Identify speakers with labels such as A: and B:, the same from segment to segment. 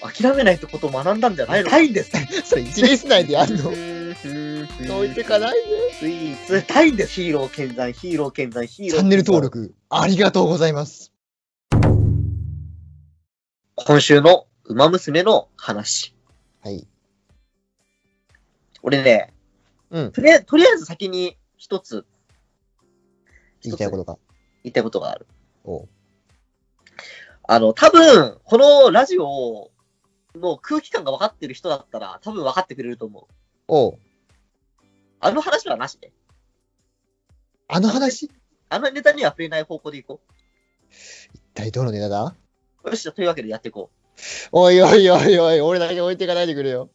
A: 諦めないってことを学んだんじゃないの
B: ないんです。 それ一年室内でやるの。
A: そ
B: 置いてかないで。
A: スイーツ、タイです。ヒーロー健在、ヒーロー健在、ヒーロー。
B: チャンネル登。録、ありがとうございます。
A: 今週のウマ娘の話。
B: はい。
A: 俺ね、
B: うん
A: とりあえとりあえず先に一つ
B: 言いたいことが。
A: 言いたいことがある。
B: おう
A: あの、多分、このラジオの空気感が分かってる人だったら、多分分かってくれると思う。
B: おう
A: あの話はなしで。
B: あの話、一
A: あのネタには触れない方向でいこ
B: 体どのネタだ
A: う。よし、じゃあというわけでやっていこう。
B: おいおいおいおい、俺だけ置いていかないでくれよ。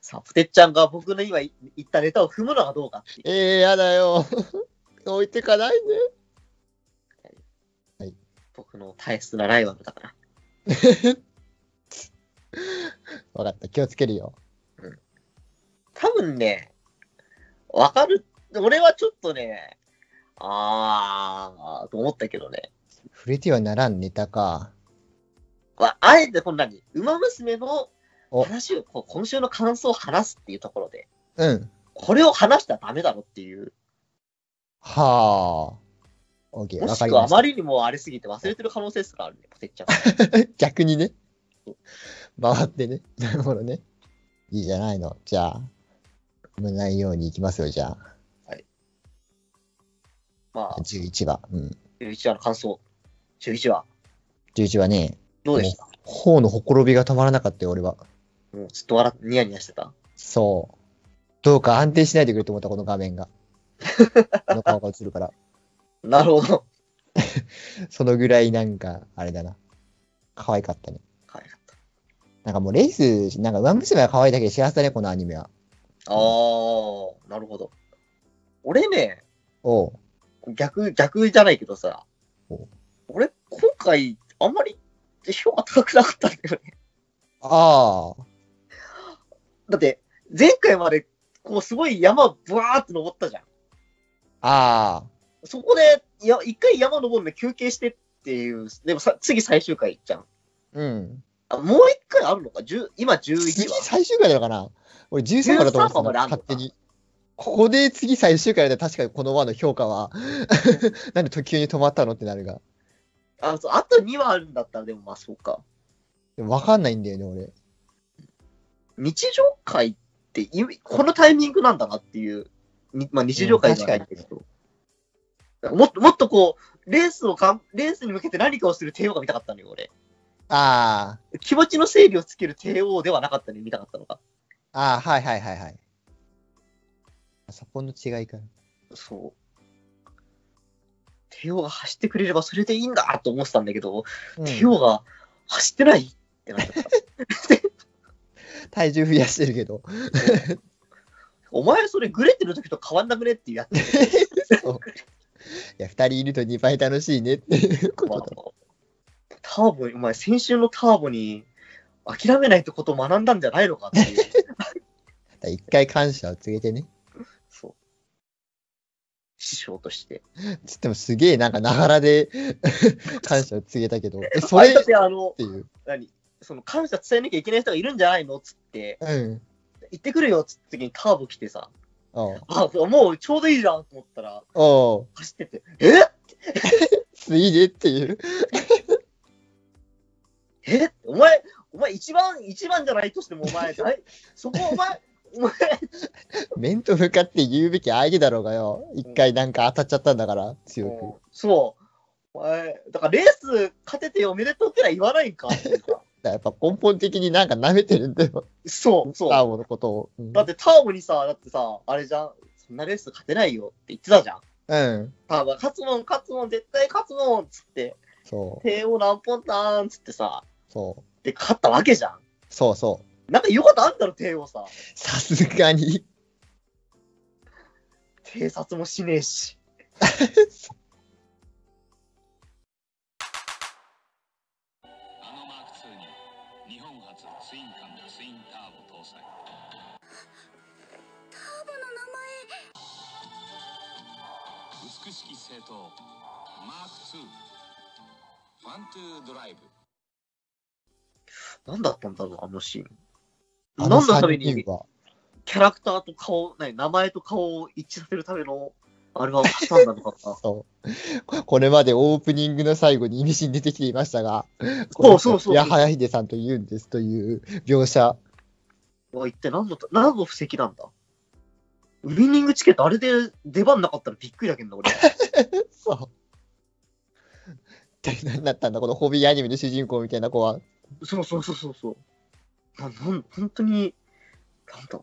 A: さあ、ふてっちゃんが僕の今言ったネタを踏むのかどうかっていう
B: ええやだよ。 置いてかない
A: 僕の大切なライバルだから。
B: で。わかった、気をつけるよ。
A: 多分ね、わかる。俺はちょっとね、あー、と思ったけどね。
B: 触れてはならんネタか。
A: まあ、あえてこんなに、馬娘の
B: お
A: 話を、こう今週の感想を話すっていうところで、
B: うん。
A: これを話したらダメだろっていう。
B: はあ。オッケー、
A: も
B: わ
A: し
B: かり
A: くはあ
B: ま
A: ま
B: し
A: りにもあれすぎて忘れてる可能性すらあるね、ポテッちゃん。
B: た。逆にね。回ってね。なるほどね。いいじゃないの。じゃあ、無ないようにいきますよ、じゃ
A: ま
B: あ。11話。うん。
A: あ、11話の感想。11話、
B: 11話ね、
A: どうでした
B: 頬のほころびがたまらなかったよ、俺は。
A: もうずっと笑ってニヤニヤしてた。
B: そう。どうか安定しないでくれと思った、この画 面が。この顔が映るから。
A: なるほど。
B: そのぐらいなんか、あれだな。可愛かったね。
A: 可愛かった。
B: なんかもうレイス、なんか上娘は可愛いだけで幸せだね、このアニメは。
A: あー、なるほど。俺ね、
B: おう。
A: 逆、逆じゃないけどさ
B: お、
A: 俺、今回、あんまり評価高くなかったんだよね。
B: ああ。
A: だって、前回まで、こう、すごい山、ブワーって登ったじゃん。
B: ああ。
A: そこで、いや、一回山登るの休憩してっていう、でもさ、次最終回じゃん。
B: うん。
A: あもう一回あるのか10今11
B: 次
A: 話。
B: 最終回なのかな俺13話だと思ってた
A: 13話まであんの
B: 勝手に。ここで次最終回だったら確かにこの輪の評 価は、なんで途中に止まったのってなるが。
A: あそうあと2話あるんだったら、でもまあそうか。
B: でもわかんないんだよね、俺。
A: 日常会ってい、このタイミングなんだなっていう、にまあ、日常会じゃないけど、もっともっとこう、レースをかん、レースに向けて何かをする帝王が見たかったのよ、俺。
B: あ
A: 気持ちの整理をつける帝王ではなかったのよ、見たかったのが。
B: あ。ああ、はいはいはいはい。そこの違いかな。
A: そう。帝王が走ってくれればそれでいいんだと思ってたんだけど、
B: うん
A: 帝王が走ってないってなっちゃった。
B: 体重増やしてるけど。
A: お前それグレてる時と変わんなくねっていうやつ
B: そういや、二人いると2倍楽しいねっていうこ
A: まあ
B: とだ。
A: ターボ、お前、先週のターボに諦めないってことを学んだんじゃないのかっていう。
B: 一回感謝を告げてね。
A: そう。師匠として。
B: つってもすげえなんかながらで 感謝を告げたけど、えそれ
A: あだっ
B: って
A: あの、
B: ていう。
A: 何その感謝伝えなきゃいけない人がいるんじゃないのっつって、
B: うん。
A: 行ってくるよっつった時にターボ来てさ、
B: おう
A: あ、もうちょうどいいじゃんと思ったら、
B: おう
A: 走ってて、え
B: ついでっていう。
A: えお前、お前一番、一番じゃないとしてもお前、大そこお 前、お前、
B: 面と向かって言うべき相手だろうがよ。一回なんか当たっちゃったんだから、強く。
A: そう。お前、だからレース勝てておめでとうくらい言わないんかっていうか。
B: だからやっぱ根本的になんか舐めてるんだよ。
A: そう、そう。
B: ターボのことを。うん
A: だってターボにさ、だってさ、あれじゃん、そんなレース勝てないよって言ってたじゃん。
B: うん。
A: ターボが勝つもん、勝つもん、絶対勝つもんっつって、
B: そう。
A: 帝王何本だーんっつってさ、
B: そう。
A: で、勝ったわけじゃん。
B: そうそう。
A: なんか言うことあんだろ、帝王さ。
B: さす がに。
A: 偵察もしねえし。
C: ナノマーク2に日本初ツインカムツインターボ搭載ターボの名前美しき正統マーク2ファントゥードライブ
A: 何だったんだろう、あのシーン。
B: あ
A: 何
B: の
A: のため
B: 3
A: に
B: 人は、。
A: キャラクターと顔、何名前と顔を一致させるためのアルバムをしたんだとかさ
B: そう。これまでオープニングの最後に意味深に出てきていましたが、
A: そうそうそう
B: 矢早秀さんと言うんですという描写。
A: わ一体何の、何の布石なんだウィニングチケット、あれで出番なかったらびっくりだけどな、俺。
B: そう。って何だったんだ、このホビーアニメの主人公みたいな子は。
A: そうそうそうそうそう。な、なん、本当に、なんだ。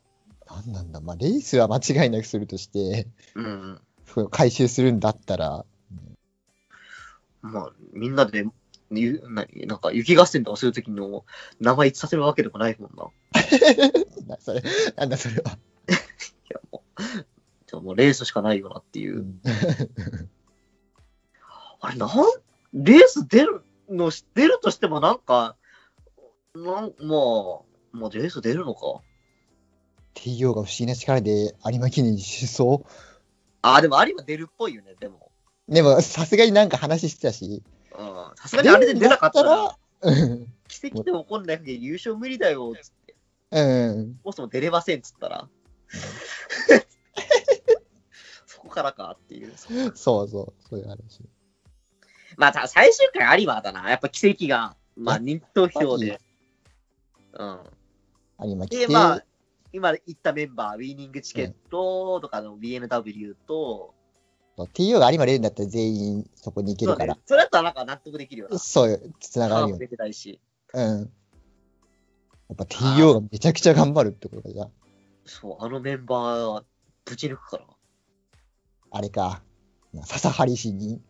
B: 何なんだ、まあ、レースは間違いなくするとして、
A: うん。
B: それを回収するんだったら、
A: まあ、みんなで、ゆ何なんか雪合戦とかするときの名前一致させるわけでもないもんな。い
B: なそれ、なんだ それは。
A: や、もう、じゃあもうレースしかないよなっていうう。
B: ん
A: あれ、なん、レース出るのし、出るとしてもなんか、なん、まあ、まあ、レース出るのか。
B: TO が不思議な力で有馬記念に出走
A: あ、でも有馬出るっぽいよね、でも。
B: でも、さすがになんか話してたし。
A: うん。さすがにあれで出なかったら、
B: 出るんだっ
A: 奇跡で起こんない限り優勝無理だよ、つって。
B: たら、うん。うん。
A: そもそも出れませんっつった ら。そこからかっていう。
B: そうそう、そういう話。
A: まあ、た最終回有馬だな。やっぱ奇跡が、まあ、
B: あ
A: 人気投票で。うん。
B: 有馬来
A: で、
B: て、
A: まあ、今言ったメンバー、ウィーニングチケットとかの BNW と、
B: TO が有馬出るんだったら全員そこに行ける
A: そ
B: か
A: う
B: ら
A: ね。それだったらなんか納得できるよな。
B: そうよ、つなが
A: カー
B: る
A: も
B: よね。
A: 出てないし。
B: うん。やっぱ TO がめちゃくちゃ頑張るってことじゃん。
A: そう、あのメンバーはぶち抜くから。
B: あれか。まあ笹張氏に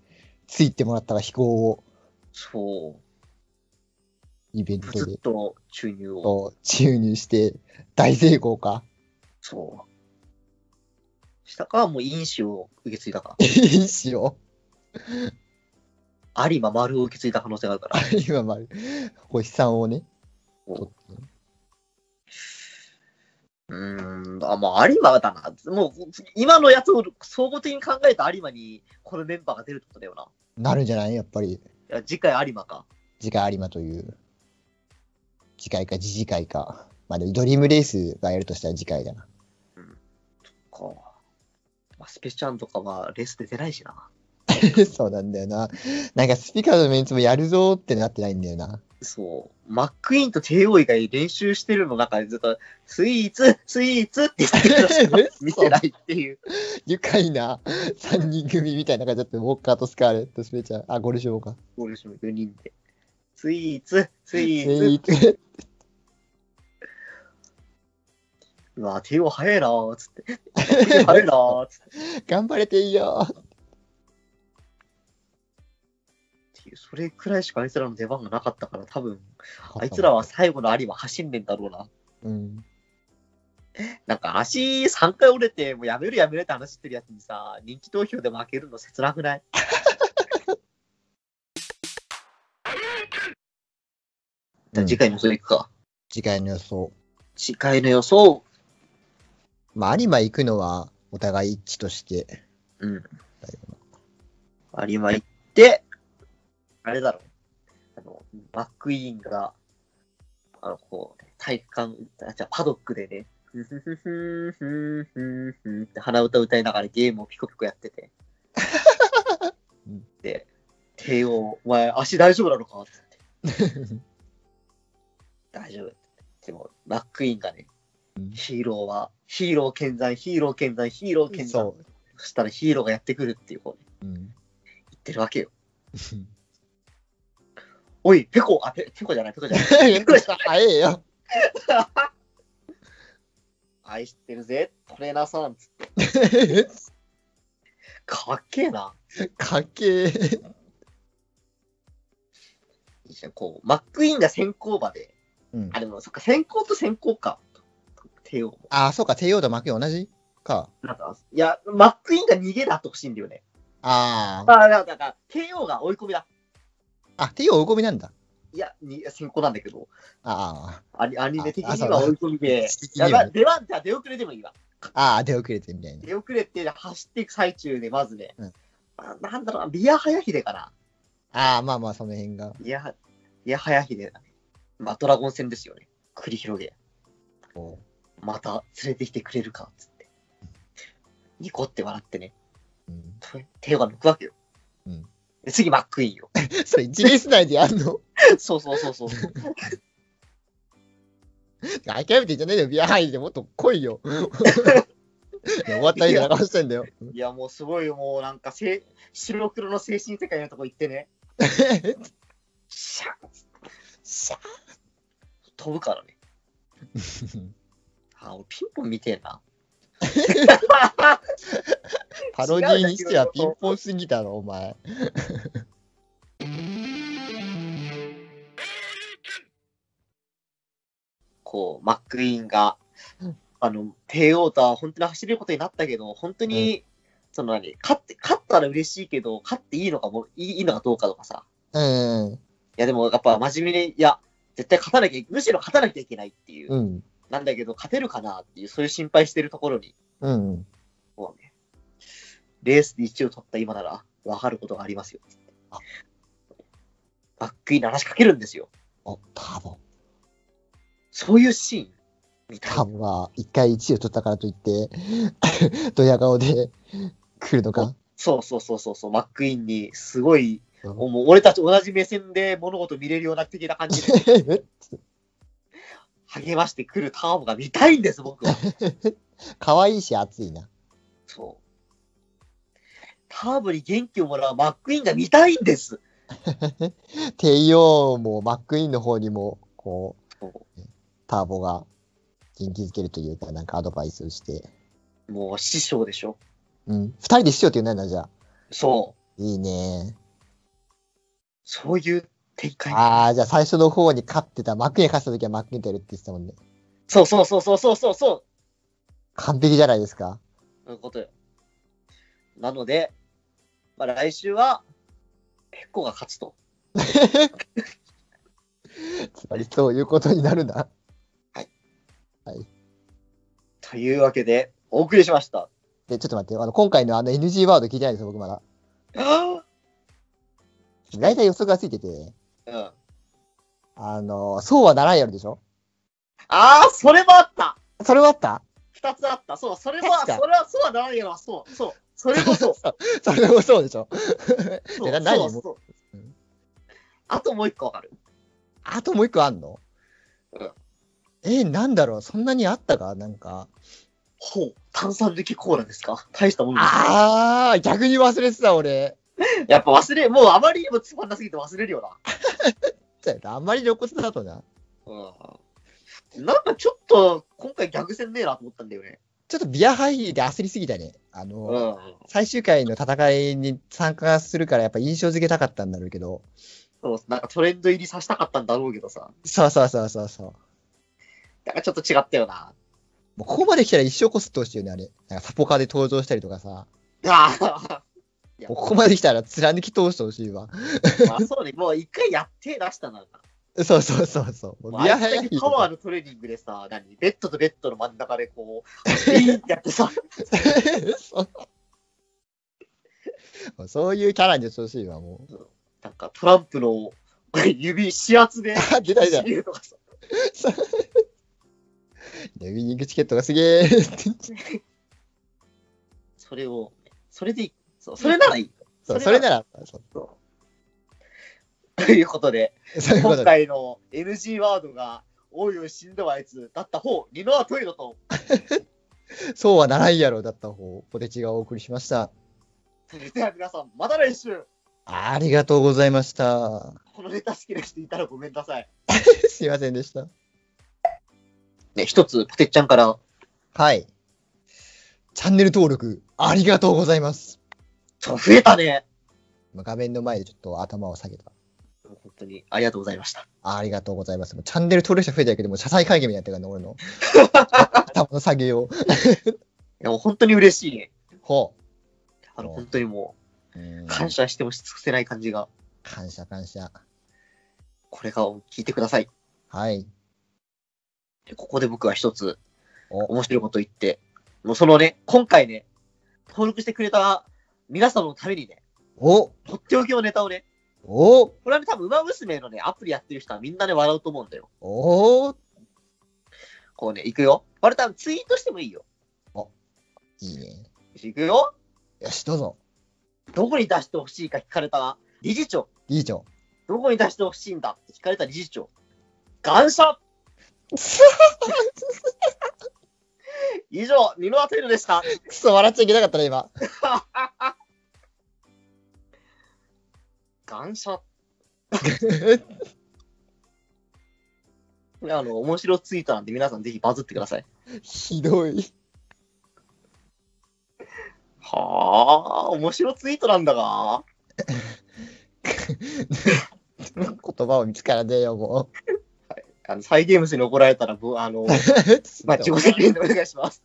B: ついてもらったら飛行を
A: そ
B: イベン
A: う、
B: ト
A: ず
B: で
A: っと注入を。
B: と注入して大成功か。
A: そう。したからもう因子を受け継いだか
B: いいしよ
A: ら。有馬丸を受け継いだ可能性があるから。
B: う。今まで、星さんをね。
A: お
B: 取って
A: うーん、あ、まあ、有馬だな。もう、今のやつを総合的に考えた有馬に、このメンバーが出るってことだよな。い
B: なるんじゃないやっぱり。
A: や次回有馬か。
B: 次回有馬という。次回か次次回か。まあでもドリームレースがやるとしたら次回だな。
A: か。まあ、スペシャンとかはレース出てないしな。
B: そうなんだよな。なんかスピカーのメンツもやるぞーってなってないんだよな。
A: そう。マックイーンと帝王以外練習してるの中でずっと、スイーツ、スイーツって言ってるのし か見てないっていう。
B: 愉快な3人組みたいな感じだったよウォッカーとスカーレット、スペちゃん。あ、ゴルショーか。
A: ゴールシム4人で。スイーツ、スイ
B: え
A: ーツ。
B: ー
A: うわ、帝王早いなーっつって。 帝王早いなーっつって。
B: 頑張れていいよー。
A: っていうそれくらいしかあいつらの出番がなかったから、多分あいつらは。最後の有馬走んねんだろうな。
B: うん。
A: なんか足3回折れて、もうやめるやめるって話してるやつにさ、人気投票で負けるの切なくないじゃあ次回の予想いくか。
B: 次回の予想。
A: 次回の予想。
B: まあ、有馬行くのはお互い一致として。
A: うん。
B: だよな
A: 有馬行って、あれだろあの、バックインが、あの、こう、体育館、あじゃあパドックでね、ふふふふふふふって鼻歌歌いながらゲームをピコピコやってて
B: うん。
A: で、帝王、お前足大丈夫なのかってって。大丈夫。でも、バックインがね
B: うん、
A: ヒーローは、ヒーロー健在、ヒーロー健在、ヒーロー健在。
B: そ
A: そしたらヒーローがやってくるっていう方に
B: う。うん。
A: 言ってるわけよ。おい、ペコ、あ、ペペコじゃない、ペコじ ゃない。
B: 早えよ。
A: 愛してるぜ、トレーナーさん。 かっけえな。
B: かっけえ。
A: いいじゃんこう、マックイーンが先行馬で。
B: うん
A: あ、でも、そっか、先行と先行か。帝王も。
B: あ、そうか、帝王と幕が同じか。
A: なんか、いや、マックイーンが逃げだってほしいんだよね。
B: あ
A: あ
B: あ。
A: あ、だから、だから帝王が追い込みだ。
B: あ、帝王追い込みなんだ。
A: いや、に先行なんだけど、
B: あ
A: アニアニメ的
B: あ
A: に
B: そう
A: は追い込みで、
B: 的に
A: やば
B: はね
A: い出番じゃ出遅れでもいいわ。
B: あ。ああ、出遅れてみたいな。
A: 出遅れて走っていく最中で、まずね、
B: うん
A: あなんだろうな、ビアハヤヒデかな。
B: ああ、まあまあ、その辺が。
A: いや、いや、早いでだね。まあ、ドラゴン戦ですよね。繰り広げ。
B: お
A: また連れてきてくれるか、つって。ニコって笑ってね、
B: うん、
A: 手が抜くわけよ。
B: うん
A: で次、マックイーンよ。
B: それ一レース内でやんの
A: そうそうそうそう。
B: 諦めてんじゃねえよ、ビアハイでもっと来いよ。 いや終わったり流してんだよ。
A: いや、もうすごい、もうなんかせ、白黒の精神世界のとこ行って ね、シャッ
B: シャ
A: 飛ぶからね。
B: ー
A: あ、俺ピンポン見てえな。
B: パロディにしてはピンポンすぎだろ、お前。
A: こう、マックイーンが、あの、帝王とは本当に走れることになったけど、本当に、その何、勝って、勝ったら嬉しいけど、勝っていいのかも、いいいいのかどうかとかさ。
B: うん。
A: いや、でもやっぱ真面目に、いや、絶対勝たなきゃ、むしろ勝たなきゃいけないっていう、
B: うん。
A: なんだけど、勝てるかなっていう、そういう心配してるところに、
B: うん。
A: もうね、レースで1を取った今なら、わかることがありますよ。
B: あ
A: バックインの話かけるんですよ。
B: お、タボ。
A: そういうシーン、見たい
B: タボは一回一位を取ったからといって、ドヤ顔で来るのか。
A: そうそうそうそうそう、マックイーンに、すごい、
B: うん
A: もう俺たち同じ目線で物事見れるような的な感じ で励ましてくるターボが見たいんです、僕は。
B: 可愛いし熱いな。
A: そう。ターボに元気をもらうマックイーンが見たいんです。
B: 帝王もマックイーンの方にも、こ、
A: そう
B: ターボが元気づけるというか、なんかアドバイスをして。
A: うもう師匠でしょ。
B: うん。二人でしようっていうのはなんだ、じゃあ。
A: そう。
B: いいね。
A: そういう展開。
B: ああ、じゃあ最初の方に勝ってた、マックイーンが勝った時はマックイーンとやるって言ってたもんね。
A: そうそうそうそうそうそうそ
B: 完璧じゃないですか。
A: う。そういうことよ。なので、まあ、来週は、ペッコが勝つと。
B: つまりそういうことになるな。
A: というわけで、お送りしました。
B: で、ちょっと待ってよ、あの、今回のあの NG ワード聞いてないですよ、僕まだ。大体予測がついてて、
A: うん、あ
B: あの、そうはならんやるでしょ
A: あー、それもあった
B: それはあった
A: 二つあった。そう、それも、
B: 確
A: それ
B: か
A: は、そうはならんやろ。そう、そう。それもそう。
B: それもそうでしょ
A: そう
B: いやな何
A: そうそう
B: うん
A: あともう一個わかる。
B: あともう一個あんの
A: うん
B: えー、なんだろうそんなにあったかなんか。
A: ほう、炭酸抜きコーラですか大したもんですね
B: ああ、逆に忘れてた、俺。
A: やっぱ忘れ、もうあまりにもつまんなすぎて忘れるよ
B: あんまり露骨だとな。
A: な。うん。なんかちょっと、今回逆戦ねえなと思ったんだよね。
B: ちょっとビアハイで焦りすぎたね。あの、
A: うん。
B: 最終回の戦いに参加するから、やっぱ印象付けたかったんだろうけど。
A: そう、なんかトレンド入りさせたかったんだろうけどさ。
B: そうそうそうそうそう。
A: なんかちょっと違ったよな。
B: もうここまで来たら一生こすってほしいよね、あれ。なんかサポカーで登場したりとかさ。
A: ああ。いや
B: もうここまで来たら貫き通してほしいわ。
A: まあそうね、もう一回やって出したな。
B: そうそうそうそう。もう
A: あ、あ
B: ハイ
A: れだけパワーのトレーニングでさ、何ベッドとベッドの真ん中でこう、ビーンってやってさ、
B: そうもうそういうキャラにしてほしいわ、もう。
A: なんかトランプの 指、指圧で、
B: あ、出た出た。
A: 指とかさ
B: ウィニングチケットがすげ え。
A: それを、それでいい。そう、それならいい。
B: そうそれなら、そう
A: ということで、
B: そういうこ
A: 今
B: とで。
A: 回の NG ワードが、おいおい死んだわあいつ、だった方、リノアトイロと、
B: そうはならんやろだった方、ポテチがお送りしました。
A: それでは皆さん、また来週
B: ありがとうございました。
A: このネタ好きな人いたらごめんなさい。
B: すいませんでした。
A: ね、一つ、ポテッちゃんから、
B: はい。チャンネル登録、ありがとうございます。
A: ちょっと増えたね。
B: まあ画面の前でちょっと頭を下げた。
A: 本当に、ありがとうございました。
B: ありがとうございます。もうチャンネル登録者増えただけでもう謝罪会見みたいになってるからね、俺 の。頭の下げよ
A: い
B: う。
A: や、もう本当に嬉しいね。
B: ほ
A: あの、
B: うん
A: 本当にも
B: う。うん
A: う、感謝してもし尽くせない感じが、
B: 感謝感謝。
A: これからも聞いてください。
B: はい。
A: でここで僕は一つ、
B: お
A: 面白いこと言って、もうそのね、今回ね、登録してくれた皆様のためにね、
B: お
A: とっておきのネタをね、
B: お
A: これはね、多分、馬娘のね、アプリやってる人はみんなね、笑うと思うんだよ。
B: おお
A: こうね、行くよ。これ多分、ツイートしてもいいよ。
B: いいね。
A: 行くよ。
B: よし、どうぞ。
A: どこに出してほしいか聞かれたら、理事長、
B: 理事長。
A: どこに出してほしいんだって聞かれた理事長。感謝 以上、ミノアテルでした。
B: くそ、笑っちゃいけなかったね、今。
A: 感 謝これあの、面白ツイートなんで皆さんぜひバズってください。
B: ひどい。
A: はあ、面白ツイートなんだが。
B: 言葉を見つからねえよ、もう。
A: あの、サ イゲームスに怒られたら、ぶあの、まあ、自己責任でお願いします。